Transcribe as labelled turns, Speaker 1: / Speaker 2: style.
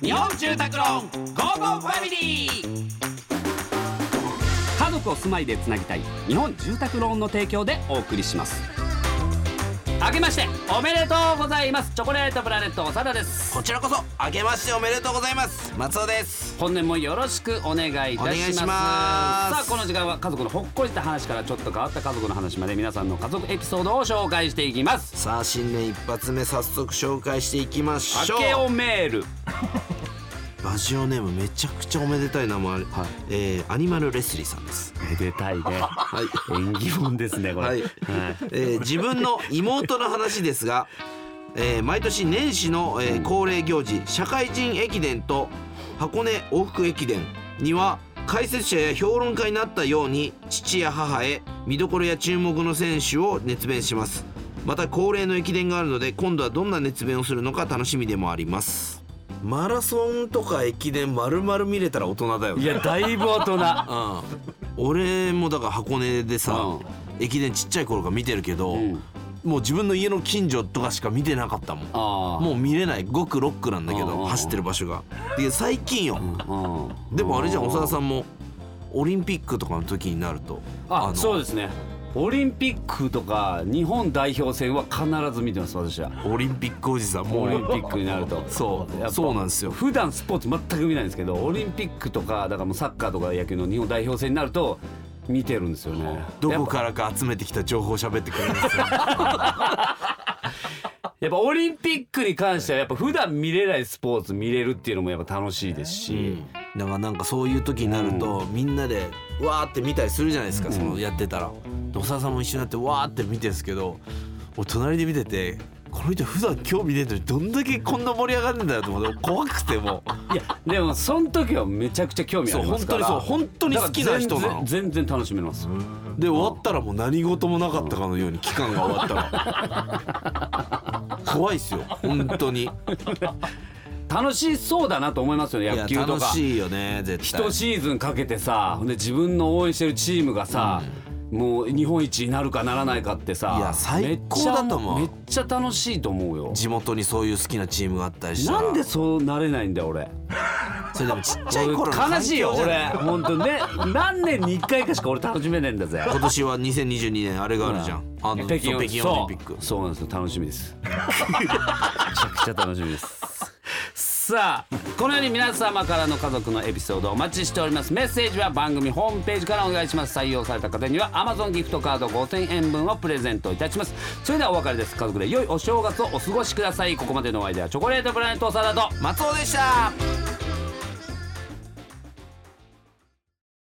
Speaker 1: 日本住宅ローンゴーゴーファミリー家族を住まいでつなぎたい日本住宅ローンの提供でお送りします明けましておめでとうございますチョコレートプラネット長田です
Speaker 2: こちらこそ明けましておめでとうございます松尾です
Speaker 1: 本年もよろしくお願いいたします
Speaker 2: お願いします
Speaker 1: さあこの時間は家族のほっこりした話からちょっと変わった家族の話まで皆さんの家族エピソードを紹介していきます
Speaker 2: さあ新年一発目早速紹介していきましょ
Speaker 1: 明
Speaker 2: う
Speaker 1: けおメール
Speaker 2: ラジオネームめちゃくちゃおめでたい名前ある、
Speaker 1: はい
Speaker 2: えー、アニマルレスリーさんです
Speaker 1: めでたい ね
Speaker 2: はい
Speaker 1: 縁起物ですねこれ、
Speaker 2: はい、えー自分の妹の話ですが、えー毎年年始の、えー恒例行事社会人駅伝と箱根往復駅伝には解説者や評論家になったように父や母へ見どころや注目の選手を熱弁しますまた恒例の駅伝があるので今度はどんな熱弁をするのか楽しみでもありますマラソンとか駅伝丸々見れたら大人だよね
Speaker 1: いやだいぶ大 人
Speaker 2: うん、俺もだから箱根でさ、
Speaker 1: うん
Speaker 2: 駅伝ちっちゃい頃から見てるけど、
Speaker 1: ん
Speaker 2: もう自分の家の近所とかしか見てなかったもん
Speaker 1: あ
Speaker 2: もう見れない5区6区なんだけ
Speaker 1: うんうんう
Speaker 2: ど
Speaker 1: ん
Speaker 2: 走ってる場所がで最近よ、
Speaker 1: も
Speaker 2: でもあれじゃん長田
Speaker 1: ん
Speaker 2: さんもオリンピックとかの時になると
Speaker 1: あ
Speaker 2: の
Speaker 1: そうですねオリンピックとか日本代表戦は必ず見てます私は
Speaker 2: オリンピックおじさんもう
Speaker 1: オリンピックになると
Speaker 2: そう
Speaker 1: やっぱ
Speaker 2: そうなんですよ
Speaker 1: 普段スポーツ全く見ないんですけどオリンピックとかだからもうサッカーとか野球の日本代表戦になると見てるんですよね
Speaker 2: ど
Speaker 1: やっ
Speaker 2: こ
Speaker 1: ぱ
Speaker 2: からか集めてきた情報を喋ってくれるんですよ
Speaker 1: やっぱオリンピックに関してはやっぱ普段見れないスポーツ見れるっていうのもやっぱ楽しいですし、
Speaker 2: だからなんかそういう時になると、みんなでわーって見たりするじゃないですか、そのやってたらで長田さんも一緒になってわーって見てるんですけど俺隣で見ててこの人普段興味ねえのにどんだけこんな盛り上がるんだよと思って怖く てもう
Speaker 1: いやでもその時はめちゃくちゃ興味ありますから
Speaker 2: そう本当にそう本当に好きな人なの
Speaker 1: だから全然全然楽しめます
Speaker 2: で終わったらもう何事もなかったかのように期間が終わったら 怖いっすよ本当にい
Speaker 1: 楽しそうだなと思いますよね野
Speaker 2: や
Speaker 1: 球と
Speaker 2: 楽
Speaker 1: か
Speaker 2: しいよね絶対
Speaker 1: 一シーズンかけてさほんで自分の応援してるチームがさ、もう日本一になるかならないかってさ
Speaker 2: いや最高だと思う
Speaker 1: めっちゃめっちゃ楽しいと思うよ
Speaker 2: 地元にそういう好きなチームがあったりしたら
Speaker 1: なんでそうなれないんだよ俺
Speaker 2: それでもちっちゃい頃の環境
Speaker 1: 悲しいよ
Speaker 2: じゃない
Speaker 1: 俺本当ね何年に1回かしか俺楽しめねえんだぜ
Speaker 2: 今年は2022年あれがあるじゃん、あの
Speaker 1: 北京
Speaker 2: そう
Speaker 1: オリ
Speaker 2: 北
Speaker 1: ンピ
Speaker 2: 京
Speaker 1: ック
Speaker 2: オリンピック
Speaker 1: そうそうなんですよ楽しみです めちゃくちゃ楽しみですさあこのように皆様からの家族のエピソードお待ちしておりますメッセージは番組ホームページからお願いします採用された方には Amazon ギフトカード5000円分をプレゼントいたしますそれではお別れです家族で良いお正月をお過ごしくださいここまでのお相手はチョコレートプラネット長田と
Speaker 2: 松尾でした